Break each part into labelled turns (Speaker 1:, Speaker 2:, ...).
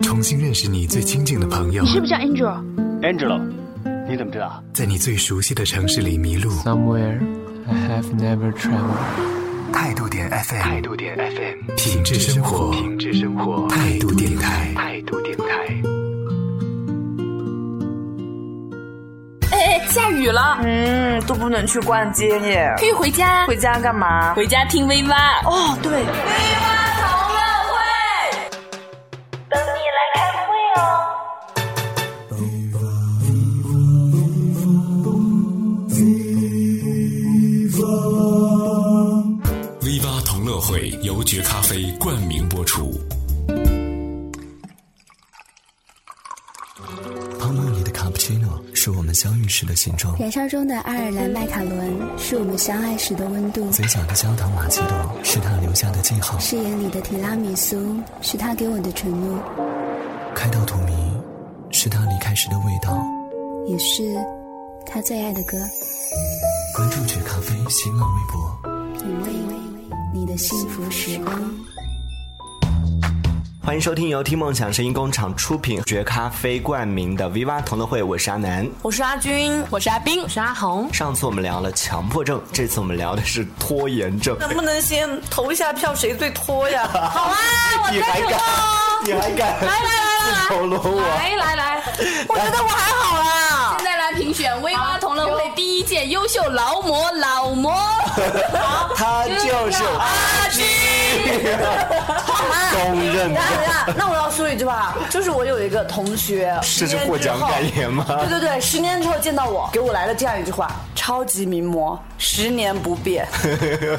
Speaker 1: 重新认识你最亲近的朋友
Speaker 2: 你，
Speaker 3: 嗯
Speaker 2: 是不是叫 Angel？
Speaker 4: Angelo，你怎么知道？
Speaker 1: 在你最熟悉的城市里迷路。
Speaker 5: Somewhere I have never traveled.
Speaker 1: 态度点 FM，态度点 FM，品质生活，品质生活，态度电台，态度电台。
Speaker 6: 哎，下雨了，
Speaker 7: 嗯，都不能去逛街耶
Speaker 6: 可。以回家，
Speaker 7: 回家干嘛？
Speaker 6: 回家听 V 八。
Speaker 7: 哦，对，
Speaker 8: V 八同乐会由绝咖啡冠名播出。
Speaker 9: 泡沫里的卡布奇诺是我们相遇时的形状，
Speaker 10: 燃烧中的爱尔兰麦卡伦是我们相爱时的温度，
Speaker 9: 嘴角的焦糖玛奇朵是他留下的记号，
Speaker 10: 誓言里的提拉米苏是他给我的承诺，
Speaker 9: 开到荼蘼是他离开时的味道。
Speaker 10: 也是他最爱的歌。
Speaker 9: 关注绝咖啡新浪微博，
Speaker 10: 品味你的幸福时光。
Speaker 11: 欢迎收听由听梦想声音工厂出品、绝咖啡冠名的 V 八同乐会，我是阿南。
Speaker 6: 我是阿军，我是阿冰，我是阿红。
Speaker 11: 上次我们聊了强迫症，这次我们聊的是拖延症。
Speaker 7: 能不能先投一下票，谁最拖呀？
Speaker 6: 好啊，我
Speaker 11: 你
Speaker 6: 在
Speaker 11: 还
Speaker 6: 这
Speaker 11: 敢
Speaker 6: 哦。？
Speaker 11: 你还敢？
Speaker 6: 来来
Speaker 11: 自投罗网。
Speaker 6: 来来来，我觉得我还好啦。现在来评选 V 八同乐会第一届优秀劳模老模，好，
Speaker 11: 他就是
Speaker 6: 阿军。
Speaker 11: 公认的
Speaker 7: 等一，下等一下，那我 要说一句话，就是我有一个同学，
Speaker 11: 这是获奖感言吗？
Speaker 7: 对对对，十年之后见到我，给我来了这样一句话：超级名模，十年不 变。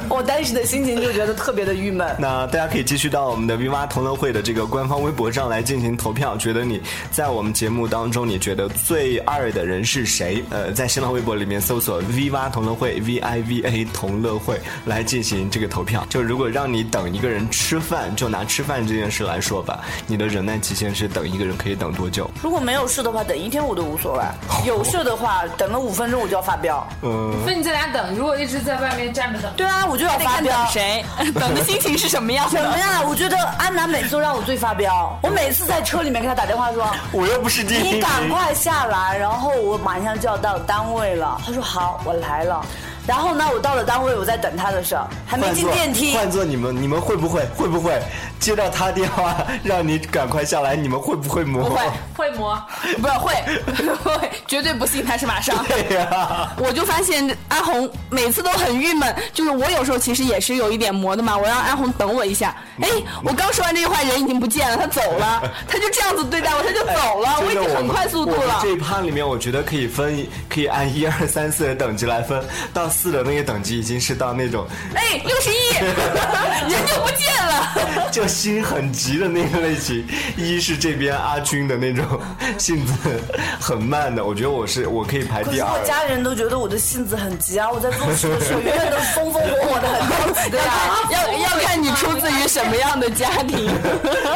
Speaker 7: 我当时的心情就觉得特别的郁闷。
Speaker 11: 那大家可以继续到我们的 V 八同乐会的这个官方微博上来进行投票，觉得你在我们节目当中你觉得最二的人是谁？呃，在新浪微博里面搜索 V 八同乐会 V I V A 同乐会来进行这个投票。就如果让你等一个人吃饭，就拿吃饭这件事来说吧，你的忍耐期限是等一个人可以等多久？
Speaker 7: 如果没有事的话，等一天我都无所谓；有事的话，等了五分钟我就要发 飙。
Speaker 12: 所以你在哪等？如果一直在外面站着 等，
Speaker 7: 对啊，我就要发飙。
Speaker 6: 谁？等的心情是什么样
Speaker 7: 怎 么
Speaker 6: 的？
Speaker 7: 样？我觉得安南每次都让我最发飙。我每次在车里面给他打电话说
Speaker 11: 我又不是：“第一
Speaker 7: 你
Speaker 11: 名，
Speaker 7: 赶快下来，然后我马上就要到单位了。”他说：“好，我来了。”然后呢，我到了单位，我在等他的时候，还没
Speaker 11: 换
Speaker 7: 进
Speaker 11: 做
Speaker 7: 电梯。
Speaker 11: 换做你们，你们会不会会不会接到他电话让你赶快下来？你们会不会磨？
Speaker 7: 不会，
Speaker 12: 会磨。
Speaker 6: 不会，会，绝对不信他是马上。
Speaker 11: 对哎呀、
Speaker 6: 我就发现安红每次都很郁闷，就是我有时候其实也是有一点磨的嘛。我让安红等我一下，
Speaker 11: 嗯
Speaker 6: 哎，我刚说完这句话，人已经不见了，他走 了，他就这样子对待我，他就走
Speaker 12: 啊
Speaker 6: 了，我已
Speaker 11: 这个
Speaker 6: 经
Speaker 11: 我
Speaker 6: 很
Speaker 11: 们
Speaker 6: 快速度
Speaker 11: 我们
Speaker 6: 了
Speaker 11: 这。一趴里面，我觉得可以分，可以按一二三四的等级来分。到四的那个等级已经是到那种
Speaker 6: 哎，六十一，人就不见 了。
Speaker 11: 就心很急的那个类型。一是这边阿军的那种性子很慢的，我觉得我是我可以排
Speaker 7: 可
Speaker 11: 第
Speaker 7: 是
Speaker 11: 二
Speaker 7: 我。家人都觉得我的性子很急啊，我在做 事的时候永远都是风风火火的，很着急啊的呀。
Speaker 6: 要要看你出自于什么样的家庭。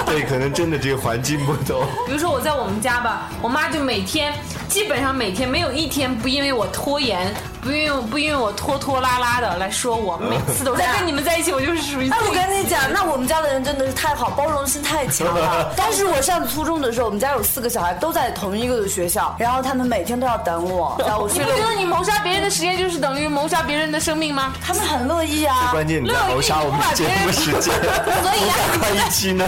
Speaker 11: 对，可能真的这个环境不同。
Speaker 12: 比如说我在我们家吧，我妈就每天基本上每天没有一天不因为我拖延，不因为不因为我拖拖拉拉的来说我，每次 都是跟你们在一起，我就是属于
Speaker 7: 哎，
Speaker 12: 最
Speaker 7: 我跟你讲，那我们家的人真的是太好，包容心太强 了。当时我上初中的时候，我们家有四个小孩都在同一个学校，然后他们每天都要等我，然后我
Speaker 12: 你
Speaker 7: 睡
Speaker 12: 不
Speaker 7: 了
Speaker 12: 觉得你谋杀别人的时间就是等于谋杀别人的生命 吗？
Speaker 7: 他们很乐意啊。
Speaker 11: 关键你在谋杀我们节目时间，
Speaker 12: 所以啊
Speaker 11: 我赶快一期呢。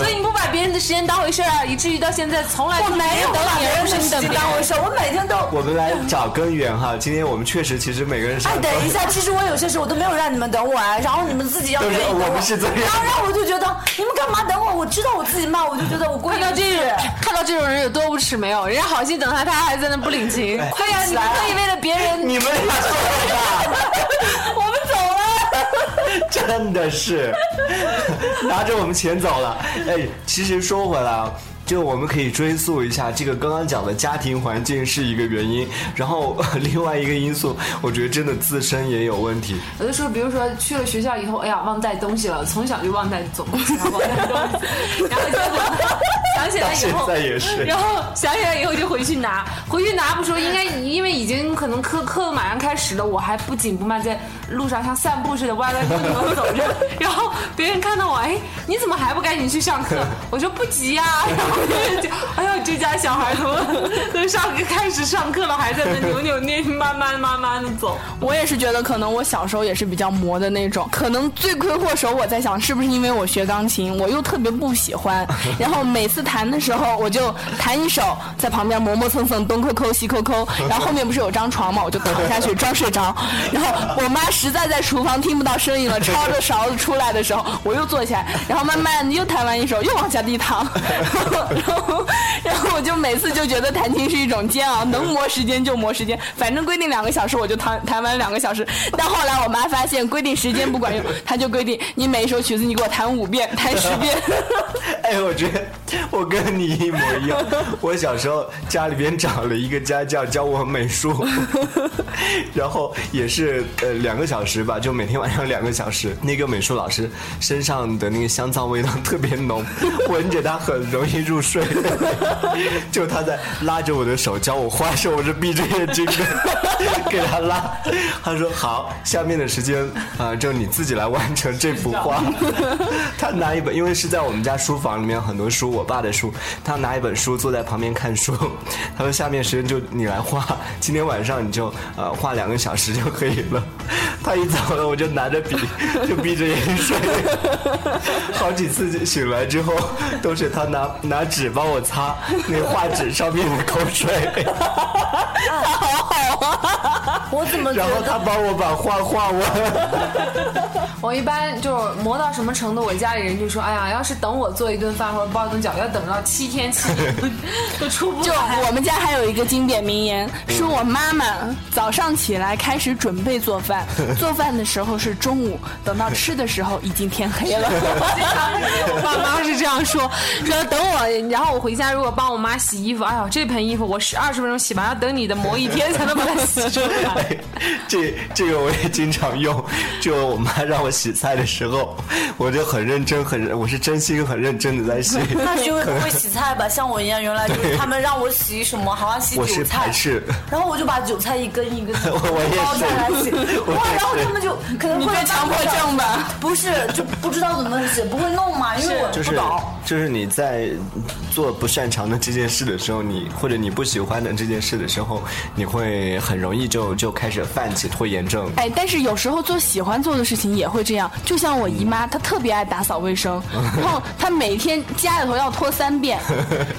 Speaker 12: 所以你不把别人的时间当回事儿啊，以至于到现在从来
Speaker 7: 我没有
Speaker 12: 等
Speaker 7: 把
Speaker 12: 你，
Speaker 7: 别
Speaker 12: 而
Speaker 7: 人
Speaker 12: 不是
Speaker 7: 的
Speaker 12: 你
Speaker 7: 事
Speaker 12: 等
Speaker 7: 情
Speaker 12: 别人
Speaker 7: 当回事，我每天都。
Speaker 11: 我们来找根源哈，今天我们确实其实每个人是
Speaker 7: 哎，等一下，其实我有些时候我都没有让你们等我啊，然后你们自己要
Speaker 11: 对
Speaker 7: 愿意等
Speaker 11: 我们是这样
Speaker 7: 然后然后我就觉得你们干嘛等我？我知道我自己慢，我就觉得我过
Speaker 12: 看到这 种看到这种人有多无耻没有？人家好心等他，他还在那不领情。快呀，你
Speaker 7: 起
Speaker 12: 不
Speaker 7: 来啊
Speaker 12: 可以为了别 人，
Speaker 11: 你们俩说的
Speaker 12: 我们走了。
Speaker 11: 真的是 拿着我们钱走了。哎，其实说回来啊。就我们可以追溯一下，这个刚刚讲的家庭环境是一个原因，然后呃另外一个因素，我觉得真的自身也有问题。
Speaker 12: 有的时候，比如说去了学校以后，哎呀，忘带东西了，从小就忘带总忘带东西，然后结果想起来以
Speaker 11: 到现
Speaker 12: 后，
Speaker 11: 在也是
Speaker 12: 然后想起来以后就回去拿，回去拿不说，应该因为已经可能课课马上开始了，我还不紧不慢在路上像散步似的歪歪扭扭地走着，然后别人看到我，哎，你怎么还不赶紧去上课？ 我说不急呀、然后别人就，哎呦，这家小孩怎么都上课开始上课了，还在那扭扭捏，慢慢慢慢的走。
Speaker 6: 我也是觉得，可能我小时候也是比较磨的那种，可能罪魁祸首。我在想，是不是因为我学钢琴，我又特别不喜欢，然后每次弹的时候，我就弹一首，在旁边磨磨蹭蹭，东抠抠西抠抠，然后后面不是有张床嘛，我就躺下去装睡着，然后我妈实在在厨房听不到声音了，抄着勺子出来的时候，我又坐起来，然后慢慢地又弹完一首，又往下地躺， 然后然后我就每次就觉得弹琴是一种煎熬，能磨时间就磨时间，反正规定两个小时，我就弹弹完两个小时。但后来我妈发现规定时间不管用，她就规定你每一首曲子你给我弹五遍，弹十遍。
Speaker 11: 哎，我觉得我跟你一模一样。我小时候家里边找了一个家教教我美术， 然后也是呃两个小时吧，就每天晚上两个小时。那个美术老师身上的那个香皂味道特别浓，闻着他很容易入睡。 就他在拉着我的手教我画的时候，我是闭着眼睛的 给他拉。他说好，下面的时间啊、就你自己来完成这幅画。他拿一本，因为是在我们家书房里面有很多书，我爸的书，他拿一本书坐在旁边看书。 他说下面时间就你来画，今天晚上你就呃画两个小时就可以了。 他一走了，我就拿着笔 就闭着眼睡， 好几次醒来之后都是他拿拿纸帮我擦那画纸上面的口 水，
Speaker 7: 啊我怎么 觉
Speaker 11: 然后
Speaker 7: 得
Speaker 11: 他帮我把画画完。
Speaker 12: 我一般就是磨到什么程度，我家里人就说：“哎呀，要是等我做一顿饭或者包一顿饺，要等到七天 七夜都出不
Speaker 6: 就
Speaker 12: 来。
Speaker 6: 我们家还有一个经典名言，是我妈妈早上起来开始准备做 饭，做饭的时候是中午，等到吃的时候已经天黑了。
Speaker 12: 我爸妈是这样说，说等我，然后我回家如果帮我妈洗衣服，哎呦，这盆衣服我十二十分钟洗完，要等你的磨一天才能把它洗出来。
Speaker 11: 这这个我也经常用，就我妈让我洗菜的时候，我就很认真，很认我是真心很认真的在洗。
Speaker 7: 那是因为不会洗菜吧？像我一样，原来就是他们让我洗什么，好像洗
Speaker 11: 我
Speaker 7: 韭
Speaker 11: 是排
Speaker 7: 菜，
Speaker 11: 斥，
Speaker 7: 然后我就把韭菜一根一 根
Speaker 11: 我也是
Speaker 7: 包下来洗，
Speaker 11: 我
Speaker 7: 哇，
Speaker 11: 也是
Speaker 7: 然后他们就可能会
Speaker 6: 你被强迫症吧？
Speaker 7: 不是，就不知道怎么洗，不会弄嘛，因为我
Speaker 11: 就
Speaker 7: 不
Speaker 11: 是
Speaker 7: 懂。
Speaker 11: 就是你在做不擅长的这件事的时候，你或者你不喜欢的这件事的时候，你会很容易就就开始犯起拖延症。
Speaker 6: 哎，但是有时候做喜欢做的事情也会这样，就像我姨妈，她特别爱打扫卫 生，然后她每天家里头要拖三遍，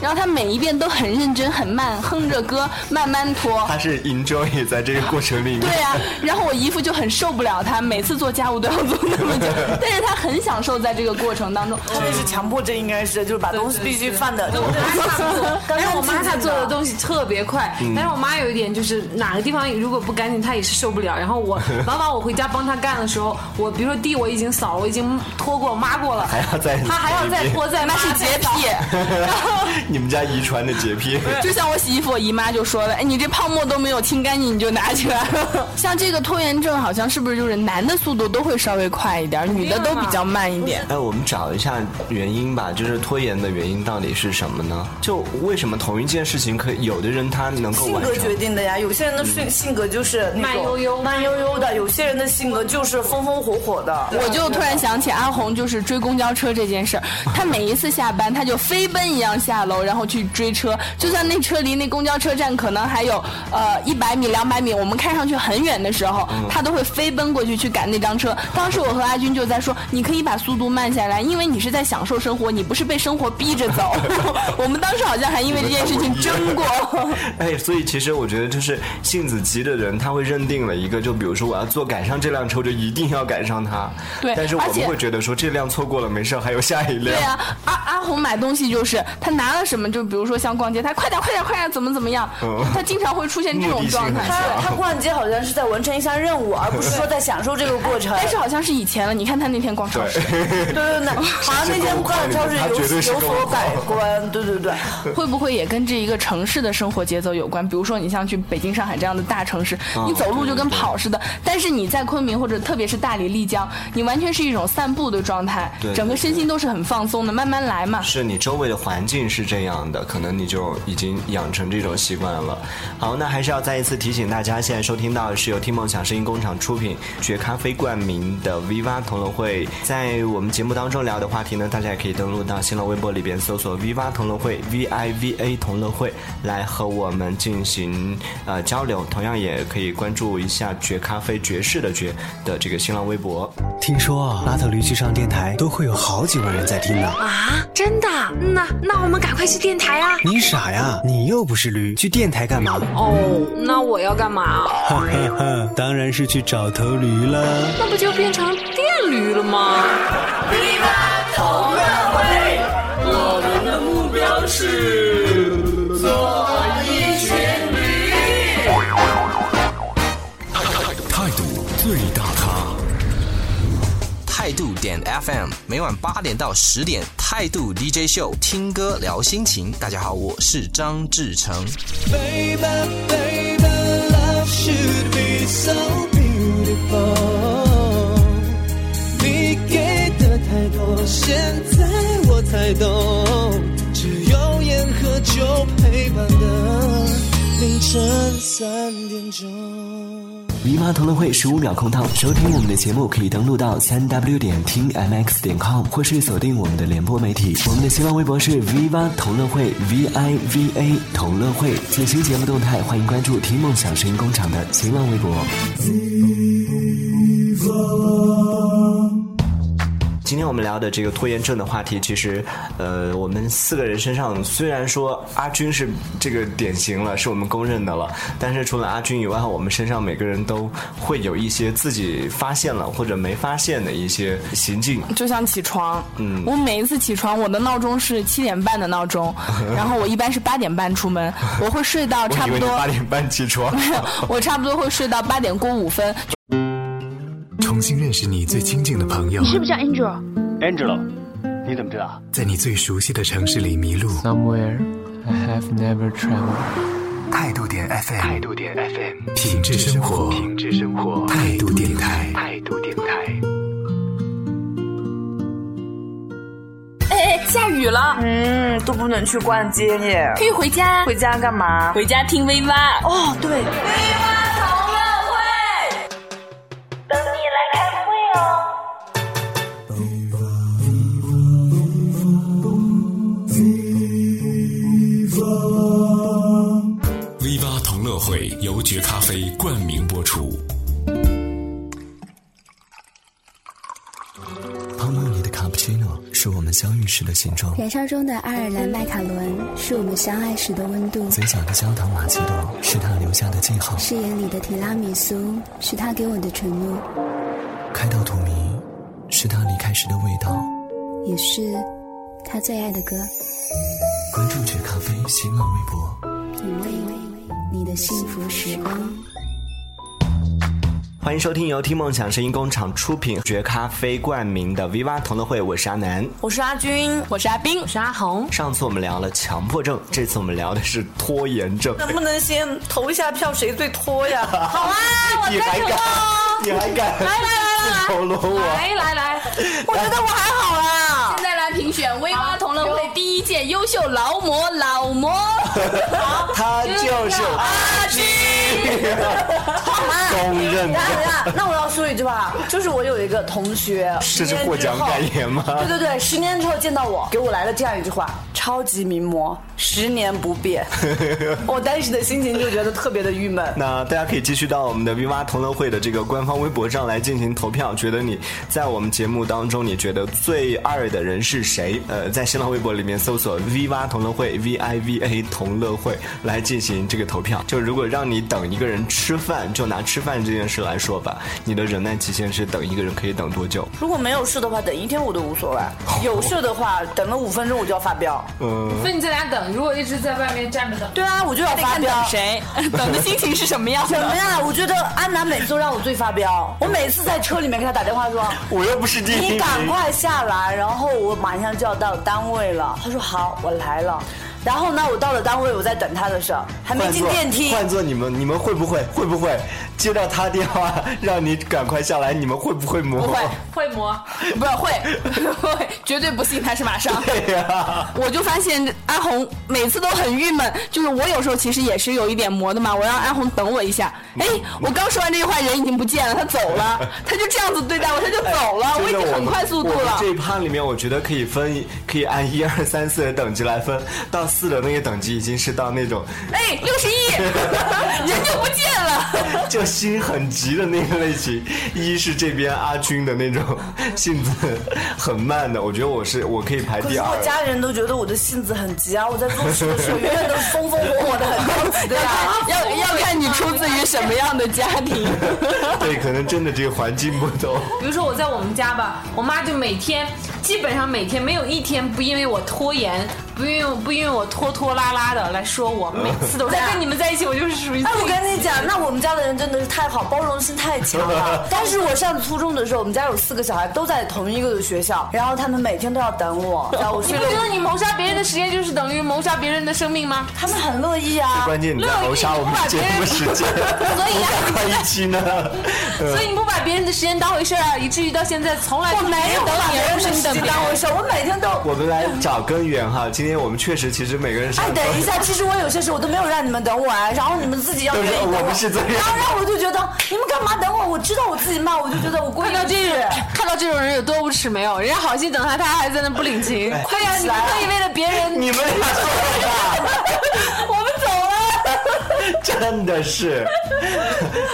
Speaker 6: 然后她每一遍都很认真、很慢，哼着歌慢慢拖。
Speaker 11: 她是 enjoy 在这个过程里面。
Speaker 6: 对呀、然后我姨夫就很受不了她，每次做家务都要做那么久，但是她很享受在这个过程当中。
Speaker 7: 他们是强迫症，应该是就是把东西必须放的。
Speaker 12: 我妈差
Speaker 11: 嗯
Speaker 12: 不多，但是我妈她做的
Speaker 7: 都
Speaker 12: 东西特别快，但是我妈有一点就是哪个地方如果不干净，她也是受不了。然后 我往往我回家帮她干的时候，我比如说地我已经扫了，我已经拖过抹过了，
Speaker 11: 还要再
Speaker 12: 她还要再拖再抹，那是洁癖。然
Speaker 7: 啊
Speaker 12: 后
Speaker 11: 你们家遗传的洁癖。
Speaker 6: 就像我洗衣服，我姨妈就说了：“哎，你这泡沫都没有清干净，你就拿起来了。”像这个拖延症，好像是不是就是男的速度都会稍微快一点，女的都比较慢一点？
Speaker 11: 哎，我们找一下原因吧，就是拖延的原因到底是什么呢？就为什么同一件事情可以有的人他能够
Speaker 7: 性
Speaker 11: 完
Speaker 7: 格决
Speaker 11: 成？
Speaker 7: 定的呀，有些人的
Speaker 11: 嗯
Speaker 7: 性性格就是那种
Speaker 12: 慢悠悠
Speaker 7: 慢悠悠的，有些人的性格就是风风火火的。
Speaker 6: 我就突然想起阿红就是追公交车这件事儿，她每一次下班，她就飞奔一样下楼，然后去追车。就算那车离那公交车站可能还有呃一百米、两百米，我们看上去很远的时候，她都会飞奔过去去赶那张车。当时我和阿军就在说，你可以把速度慢下来，因为你是在享受生活，你不是被生活逼着走。我们当时好像还因为这件事情争过。
Speaker 11: 哎，所以其实我觉得，就是性子急的人，他会认定了一个，就比如说我要坐赶上这辆车，我就一定要赶上它。
Speaker 6: 对
Speaker 11: 但是我
Speaker 6: 而且
Speaker 11: 们会觉得说这辆错过了没事儿，还有下一辆。
Speaker 6: 对呀、阿阿红买东西就是他拿了什么，就比如说像逛街，他快点快点快点怎么怎么样，他经常会出现这
Speaker 11: 哦
Speaker 6: 种
Speaker 11: 目的性
Speaker 6: 状
Speaker 11: 很
Speaker 6: 态
Speaker 11: 强。
Speaker 7: 他他逛街好像是在完成一项任务，而不是说在享受这个过 程。
Speaker 6: 但是好像是以前了，你看他那天逛超市，
Speaker 7: 对对对，好像那天逛超市
Speaker 11: 他绝对
Speaker 7: 有
Speaker 11: 是
Speaker 7: 有
Speaker 11: 跟我
Speaker 7: 所改 观，对对对。
Speaker 6: 会不会也跟这一个城市的生活节奏有关？比如说你像去北京、上海这样的大城市，
Speaker 11: 哦
Speaker 6: 你走路就跟跑似的，但是你在昆明或者特别是大理、丽江，你完全是一种散步的状态
Speaker 11: 对，
Speaker 6: 整个身心都是很放松的，慢慢来嘛。
Speaker 11: 是你周围的环境是这样的，可能你就已经养成这种习惯了。好，那还是要再一次提醒大家，现在收听到的是由听梦想声音工厂出品、绝咖啡冠名的 Viva 同乐会。在我们节目当中聊的话题呢，大家也可以登录到新浪微博里边搜索 Viva 同乐会 V I V A 同乐会来和我们进行呃交流。同样也可以关注一下绝咖啡爵士的爵的这个新浪微博。
Speaker 9: 听说啊，拉特驴去上电台都会有好几万人在听呢。
Speaker 2: 啊，真的？那那我们赶快去电台啊！
Speaker 9: 你傻呀？你又不是驴，去电台干嘛？
Speaker 2: 哦，那我要干嘛？
Speaker 12: 啊
Speaker 9: 哈哈哈，当然是去找头驴啦。
Speaker 2: 那不就变成电驴了吗？
Speaker 13: 你们同乐会，我们的目标是做一群驴。
Speaker 8: 态度最大咖。
Speaker 14: 态度点 FM 每晚八点到十点，态度 DJ 秀，听歌聊心情。大家好，我是张志成。
Speaker 13: Baby, baby, love should be so beautiful。你给的太多，现在我才懂，只有烟和酒陪伴的凌晨三点钟。
Speaker 11: 迷妈同乐会十五秒空档，收听我们的节目可以登录到三 w 点听 mx 点 com，或是锁定我们的联播媒体。我们的新浪微博是 v 八同乐会 v i v a 同乐会。最新节目动态，欢迎关注听梦想声音工厂的新浪微博。今天我们聊的这个拖延症的话题，其实，呃，我们四个人身上虽然说阿军是这个典型了，是我们公认的了，但是除了阿军以外，我们身上每个人都会有一些自己发现了或者没发现的一些行径。
Speaker 6: 就像起床，
Speaker 11: 嗯，
Speaker 6: 我每一次起床，我的闹钟是七点半的闹钟，然后我一般是八点半出门，我会睡到差不多
Speaker 11: 八点半起床，
Speaker 6: 我差不多会睡到八点过五分。
Speaker 1: 重新认识你最亲近的朋友。
Speaker 3: 你是不是叫 Angel？Angel，
Speaker 4: 你怎么知道？
Speaker 1: 在你最熟悉的城市里迷路。
Speaker 5: Somewhere I have never traveled。
Speaker 1: 态度点 FM，态度点 FM，品质生活，品质生活，态度电台，态度电台。
Speaker 12: 哎哎，下雨了，
Speaker 7: 嗯，都不能去逛街耶。
Speaker 12: 可以回家。
Speaker 7: 回家干嘛？
Speaker 12: 回家听 V 八。
Speaker 7: 哦，对。
Speaker 8: V 八同乐会由绝咖啡冠名播出。
Speaker 9: 泡沫里的卡布奇诺是我们相遇时的形状，
Speaker 10: 燃烧中的爱尔兰麦卡伦是我们相爱时的温度，
Speaker 9: 嘴角的焦糖玛奇朵是他留下的记号，
Speaker 10: 誓言里的提拉米苏是他给我的承诺，
Speaker 9: 开到荼蘼是他离开时的味道，
Speaker 10: 也是他最爱的歌。
Speaker 9: 关注绝咖啡新浪微博。
Speaker 10: 品味你的幸福时光。
Speaker 11: 欢迎收听由听梦想声音工厂出品、绝咖啡冠名的 V 八同乐会，我是阿南，
Speaker 7: 我是阿军，
Speaker 6: 我是阿冰，
Speaker 12: 我是阿红。
Speaker 11: 上次我们聊了强迫症，这次我们聊的是拖延症。
Speaker 7: 能不能先投一下票，谁最拖呀？
Speaker 12: 好啊，我
Speaker 11: 你还敢？你还敢？
Speaker 12: 来
Speaker 11: 来
Speaker 12: 来来来来来，
Speaker 7: 我觉得我还好
Speaker 12: 啊
Speaker 7: 啦。
Speaker 6: 现在来评选 V 八同乐会第一届优秀劳模劳模。
Speaker 11: 他就是啊阿军，公认的。
Speaker 7: 那我要说一句话，就是我有一个同学，
Speaker 11: 这是获奖感言吗？
Speaker 7: 对对对，十年之后见到我，给我来了这样一句话：超级名模，十年不 变。我当时的心情就觉得特别的郁闷。
Speaker 11: 那大家可以继续到我们的 V 八同乐会的这个官方微博上来进行投票，觉得你在我们节目当中你觉得最二的人是谁？呃，在新浪微博里面搜索 V 八同乐会 V I V A 同乐会。来进行这个投票，就如果让你等一个人吃饭，就拿吃饭这件事来说吧，你的忍耐期限是等一个人可以等多久？
Speaker 7: 如果没有事的话，等一天我都无所谓；
Speaker 11: 哦
Speaker 7: 有事的话，等了五分钟我就要发飙。
Speaker 11: 嗯，
Speaker 12: 所以你在家等，如果一直在外面站着等，
Speaker 7: 对啊，我就要发飙。
Speaker 6: 等 谁？等的心情是什么样？
Speaker 7: 什么呀？我觉得安南每次都让我最发飙，我每次在车里面给他打电话说，
Speaker 11: 我又不是第一，
Speaker 7: 你赶快下来，然后我马上就要到单位了。他说好，我来了。然后呢，我到了单位，我在等他的时候，还没进电梯。
Speaker 11: 换做你们，你们会不会会不会接到他电话让你赶快下来？你们会不会磨？
Speaker 6: 不会，
Speaker 12: 会磨，
Speaker 6: 不是会会，绝对不信他是马上。
Speaker 11: 对呀、啊，
Speaker 6: 我就发现安红每次都很郁闷，就是我有时候其实也是有一点磨的嘛。我让安红等我一下，哎，我刚说完这句话，人已经不见了，他走了，他就这样子对待我，他就走 了，我已经很快速度了。
Speaker 11: 这一趴里面，我觉得可以分，可以按一二三四的等级来分，到四的那个等级已经是到那种，
Speaker 6: 哎，六十一， 人就不见了，
Speaker 11: 就心很急的那个类型。一是这边阿军的那种 性子很慢的，我觉得我是我可以排第二。
Speaker 7: 我家人都觉得我的性子很急啊，我在做事的时候永远都是风风火火的，很着急的呀、啊。
Speaker 6: 要要看你出自于什么样的家庭，
Speaker 11: 对，可能真的这个环境不同。
Speaker 12: 比如说我在我们家吧，我妈就每天基本上每天没有一天不因为我拖延，不因为不因为我拖拖拉拉的来说我，每次都在跟你们在一起，我就是属于。
Speaker 7: 哎，我跟你讲，那我们家的人真的是太好，包容心太强了。但是我上初中的时候，我们家有四个小孩都在同一个学校，然后他们每天都要等我。我
Speaker 12: 你不觉得你谋杀别人的时间就是等于谋杀别人的生命吗？
Speaker 7: 他们很乐意啊。
Speaker 11: 关键你在谋杀我们节目时间，
Speaker 12: 所以啊，
Speaker 11: 快一期呢。
Speaker 12: 所以你不把别人的时间当回事儿，以至于到现在从来
Speaker 7: 我没有把别人的 时间当回事儿，我每天都。
Speaker 11: 我们来找根源哈，今天我们确实其实每个
Speaker 6: 啊
Speaker 11: 人。
Speaker 7: 哎，等一下，其实我有些时候我都没有让你们等我啊，然后你们自己要等
Speaker 11: 我。我们是
Speaker 7: 然后让我就觉得你们干嘛等我？我知道我自己慢，我就觉得我过
Speaker 12: 看到这种看到这种人有多无耻没有？人家好心等他，他还在那不领情。哎快呀， 你们可以为了别人。
Speaker 11: 你们俩说
Speaker 12: 的。 我们走了。
Speaker 11: 真的是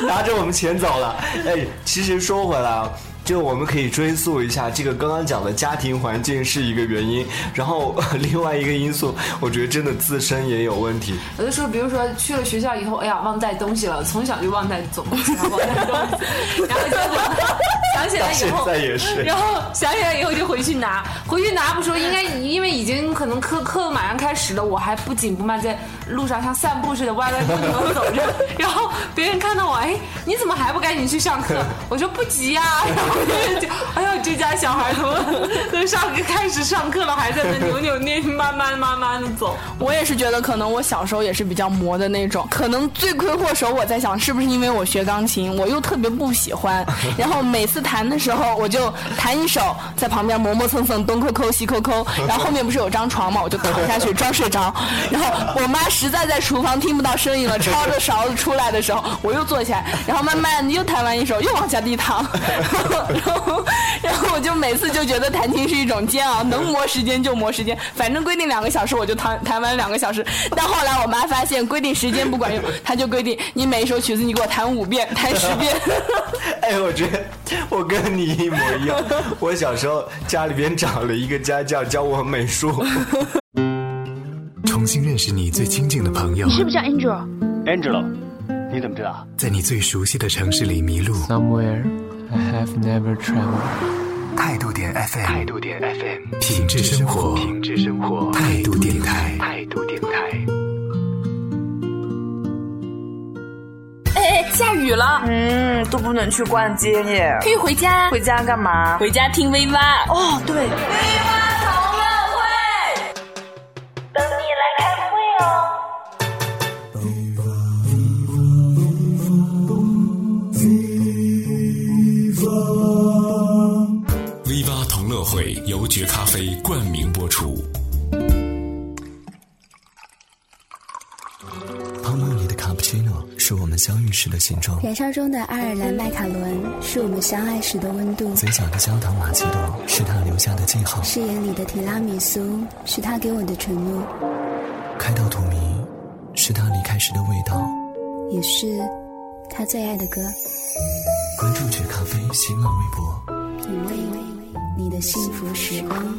Speaker 11: 拿着我们钱走了。哎，其实说回来啊。就我们可以追溯一下，这个刚刚讲的家庭环境是一个原因，然后 另外一个因素，我觉得真的自身也有问题。
Speaker 12: 有的时候，比如说去了学校以后，哎呀，忘带东西了，从小就忘带总忘带东西，然后 结果想起来以后，
Speaker 11: 现在也是，
Speaker 12: 然后想起来以后就回去拿，回去拿不说，应该因为已经可能课课马上开始了，我还不紧不慢在路上像散步似的歪歪扭扭走着，然后别人看到我，哎，你怎么还不赶紧去上课？我说不急呀、啊。然后哎呀，这家小孩怎么都上开始上课了，还在那扭扭捏捏、慢慢慢慢的走？
Speaker 6: 我也是觉得，可能我小时候也是比较磨的那种，可能罪魁祸首。我在想，是不是因为我学钢琴，我又特别不喜欢， 然后每次弹的时候，我就弹一首，在旁边磨磨蹭蹭、东抠抠西抠抠，然后后面不是有张床嘛，我就躺下去装睡着。然后我妈实在在厨房听不到声 音了，抄着勺子出来的时候，我又坐起来，然后慢慢又弹完一首，又往下地躺。然后， 然后我就每次就觉得弹琴是一种煎熬，能磨时间就磨时间，反正规定两个小时，我就弹弹完两个小时。但后来我妈发现规定时间不管用，她就规定你每一首曲子你给我弹五遍，弹十遍。
Speaker 11: 哎，我觉得我跟你一模一 样。我小时候家里边找了一个家教教我美术，
Speaker 1: 重新认识你最亲近的朋友。
Speaker 2: 你是不是叫 Angel？Angel，
Speaker 3: 你怎么知道？
Speaker 1: 在你最熟悉的城市里迷路。
Speaker 5: Somewhere。I have never traveled。
Speaker 1: 态度点 FM，态度点 FM，品质生活，品质生活，态度电台，态度电台。
Speaker 6: 哎哎，下雨了，
Speaker 7: 嗯，都不能去逛街耶，
Speaker 6: 可以回家。
Speaker 7: 回家干嘛？
Speaker 6: 回家听 V 八。
Speaker 7: 哦，对，V
Speaker 15: 八同乐会，等你来开会哦。
Speaker 8: V 八同乐会由觉咖啡冠名播出。
Speaker 9: 泡沫里的卡布奇诺是我们相遇时的形状，
Speaker 10: 燃烧中的爱尔兰麦卡伦是我们相爱时的温度，
Speaker 9: 嘴角的焦糖玛奇朵是他留下的记号，
Speaker 10: 誓言里的提拉米苏是他给我的承诺，
Speaker 9: 开到荼蘼是他离开时的味道，
Speaker 10: 也是他最爱的歌。
Speaker 9: 关注觉咖啡新浪微博，
Speaker 10: 品味你的幸福时光。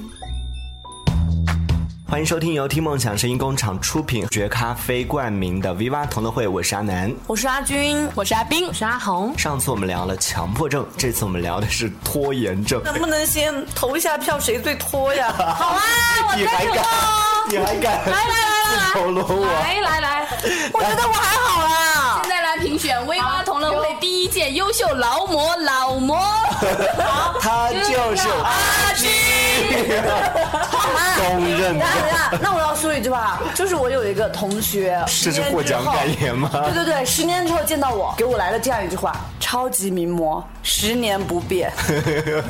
Speaker 11: 欢迎收听由听梦想声音工厂出品、绝咖啡冠名的 V 八同乐会，我是阿南，
Speaker 7: 我是阿军，
Speaker 6: 我是阿冰，
Speaker 12: 我是阿红。
Speaker 11: 上次我们聊了强迫症，这次我们聊的是拖延症。
Speaker 7: 能不能先投一下票，谁最拖 呀？
Speaker 12: 好啊，我
Speaker 11: 你还敢？你还敢？
Speaker 12: 来来来来来，
Speaker 11: 投了我！
Speaker 12: 来来来，
Speaker 7: 我觉得我还好啦。
Speaker 6: 现在来评选 V 八同乐会第一届优秀劳模，劳模，
Speaker 11: 他就是阿
Speaker 6: 军。
Speaker 11: 公认的。
Speaker 7: 那我要说一句话，就是我有一个同学，
Speaker 11: 这是获奖感言吗？
Speaker 7: 对对对，十年之后见到我，给我来了这样一句话：超级名模，十年 不变。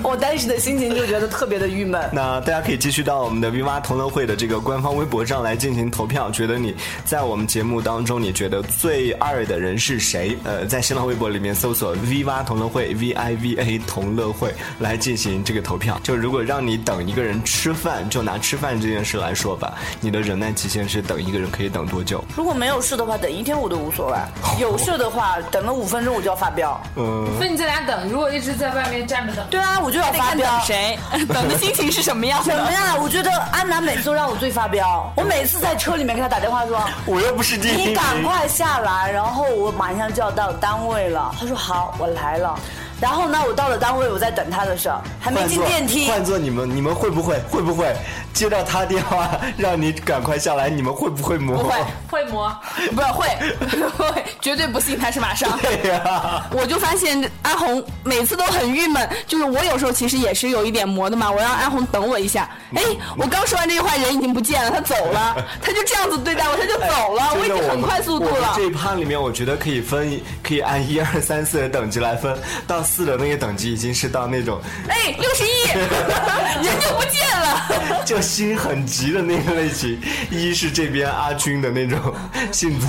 Speaker 7: 我当时的心情就觉得特别的郁闷。
Speaker 11: 那大家可以继续到我们的 V 妈同乐会的这个官方微博上来进行投票，觉得你在我们节目当中你觉得最二的人是谁？呃，在新浪微博里面搜索 V 妈同乐会 V I V A 同乐会来进行这个投票。就如果让你等一个人吃饭，就拿吃饭这件事来说吧，你的忍耐期限是等一个人可以等多久？
Speaker 7: 如果没有事的话，等一天我都无所谓；有事的话，等了五分钟我就要发飙。
Speaker 11: 嗯，
Speaker 12: 所以你在家等，如果一直在外面站着等，
Speaker 7: 对啊，我就要发飙。
Speaker 6: 等谁？ 等的心情是什么样的？
Speaker 7: 什么呀？我觉得安南每次都让我最发飙。我每次在车里面给他打电话说，
Speaker 11: 我又不是第一
Speaker 7: 你赶快下来，然后我马上就要到单位了。他说好，我来了。然后呢，我到了单位，我在等他的时候，还没进电梯。
Speaker 11: 换做你们，你们会不会会不会接到他电话，让你赶快下来？你们会不会磨？
Speaker 6: 不会，
Speaker 12: 会磨，
Speaker 6: 不会，会，绝对不信他是马上。
Speaker 11: 对呀、啊，
Speaker 6: 我就发现安红每次都很郁闷，就是我有时候其实也是有一点磨的嘛。我让安红等我一下，哎，我刚说完这句话，人已经不见了，他走了，他就这样子对待我，他就走了，哎、我已经很快速度了。
Speaker 11: 这一趴里面，我觉得可以分，可以按一二三四的等级来分到。四的那个等级已经是到那种，
Speaker 6: 哎，六十 一，人就不见了，
Speaker 11: 就心很急的那个类型。一是这边阿军的那种性子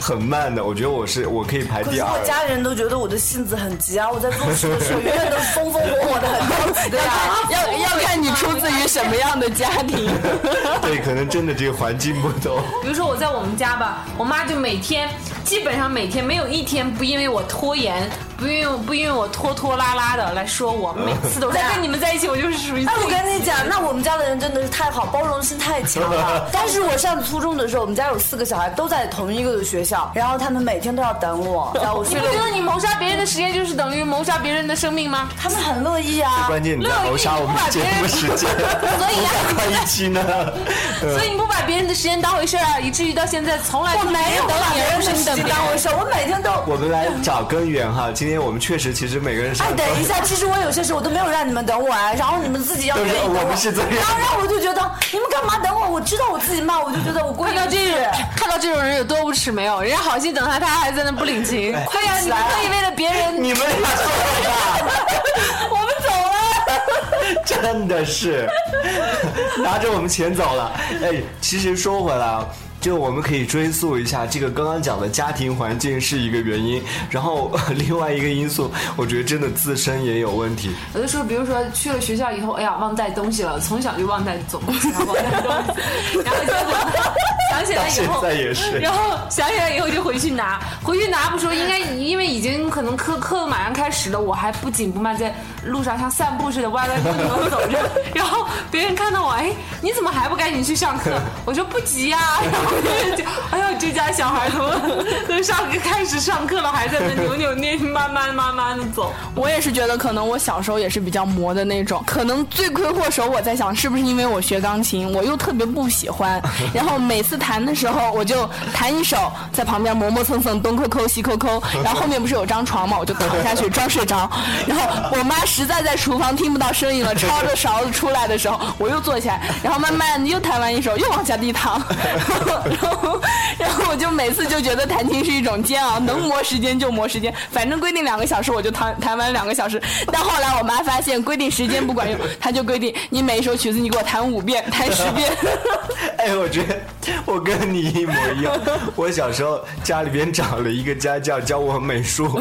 Speaker 11: 很慢的，我觉得我是我可以排第二。
Speaker 7: 可是我家人都觉得我的性子很急啊，我在做事的时候永远都是风风火火的，很着 急的呀。
Speaker 6: 要哎要看你出自于什么样的家庭。
Speaker 11: 对，可能真的这个环境不 同。
Speaker 12: 比如说我在我们家吧，我妈就每天基本上每天没有一天不因为我拖延。不用不用我拖拖拉拉的来说我，每次都在跟你们在一起，我就是属于。
Speaker 7: 哎，我跟你讲，那我们家的人真的是太好，包容心太强 了。但是我上初中的时候，我们家有四个小孩都在同一个学校，然后他们每天都要等哎我。然后我
Speaker 12: 你不觉得你谋杀别人的时间就是等于谋杀别人的生命 吗？
Speaker 7: 他们很乐意啊。
Speaker 11: 关键你在 谋杀我们节目时间，
Speaker 12: 所以啊
Speaker 11: 赶快一 期呢。
Speaker 12: 所以你不把别人的时间当回事儿，以至于到现在从来
Speaker 7: 我没有把别人的时间当回事儿，我每天都。
Speaker 11: 我们来找根源哈。今天我们确实，其实每个人
Speaker 7: 哎，等一下，其实我有些时候我都没有让你们等我啊，然后你们自己要等
Speaker 11: 我。我们是这样。
Speaker 7: 当然，我就觉得你们干嘛等我？我知道我自己慢，我就觉得我过意
Speaker 12: 不去。看到这种人有多无耻没有？人家好心等他，他还在那不领情。哎、快呀，你们可以为了别 人。
Speaker 11: 你们俩说
Speaker 12: 的我们走了。
Speaker 11: 真的是拿着我们钱走了。哎，其实说回来啊。就我们可以追溯一下，这个刚刚讲的家庭环境是一个原因，然后另外一个因素，我觉得真的自身也有问题。
Speaker 12: 有的时候，比如说去了学校以后，哎呀，忘带东西了，从小就忘带总忘带东西，然后 结果想起来以
Speaker 11: 现
Speaker 12: 后，
Speaker 11: 在也是，
Speaker 12: 然后想起来以后就回去拿，回去拿不说，应该因为已经可能课课马上开始了，我还不紧不慢在路上像散步似的歪歪扭扭走着，然后别人看到我，哎，你怎么还不赶紧去上课？我说不急呀、啊。然后就哎呦，这家小孩怎么都上开始上课了，还在那扭扭捏，慢慢慢慢的走。
Speaker 6: 我也是觉得，可能我小时候也是比较磨的那种，可能罪魁祸首。我在想，是不是因为我学钢琴，我又特别不喜欢，然后每次弹的时候，我就弹一首，在旁边磨磨蹭蹭，东抠抠西抠抠，然后后面不是有张床嘛，我就躺下去装睡着。然后我妈实在在厨房听不到声音了，抄着勺子出来的时候，我又坐起来，然后慢慢的又弹完一首，又往下地躺。 然后，然后我就每次就觉得弹琴是一种煎熬，能磨时间就磨时间，反正规定两个小时我就弹弹完两个小时。但后来我妈发现规定时间不管用，她就规定你每一首曲子你给我弹五遍，弹十遍。
Speaker 11: 哎，我觉得我跟你一模一样。我小时候家里边找了一个家教教我美术，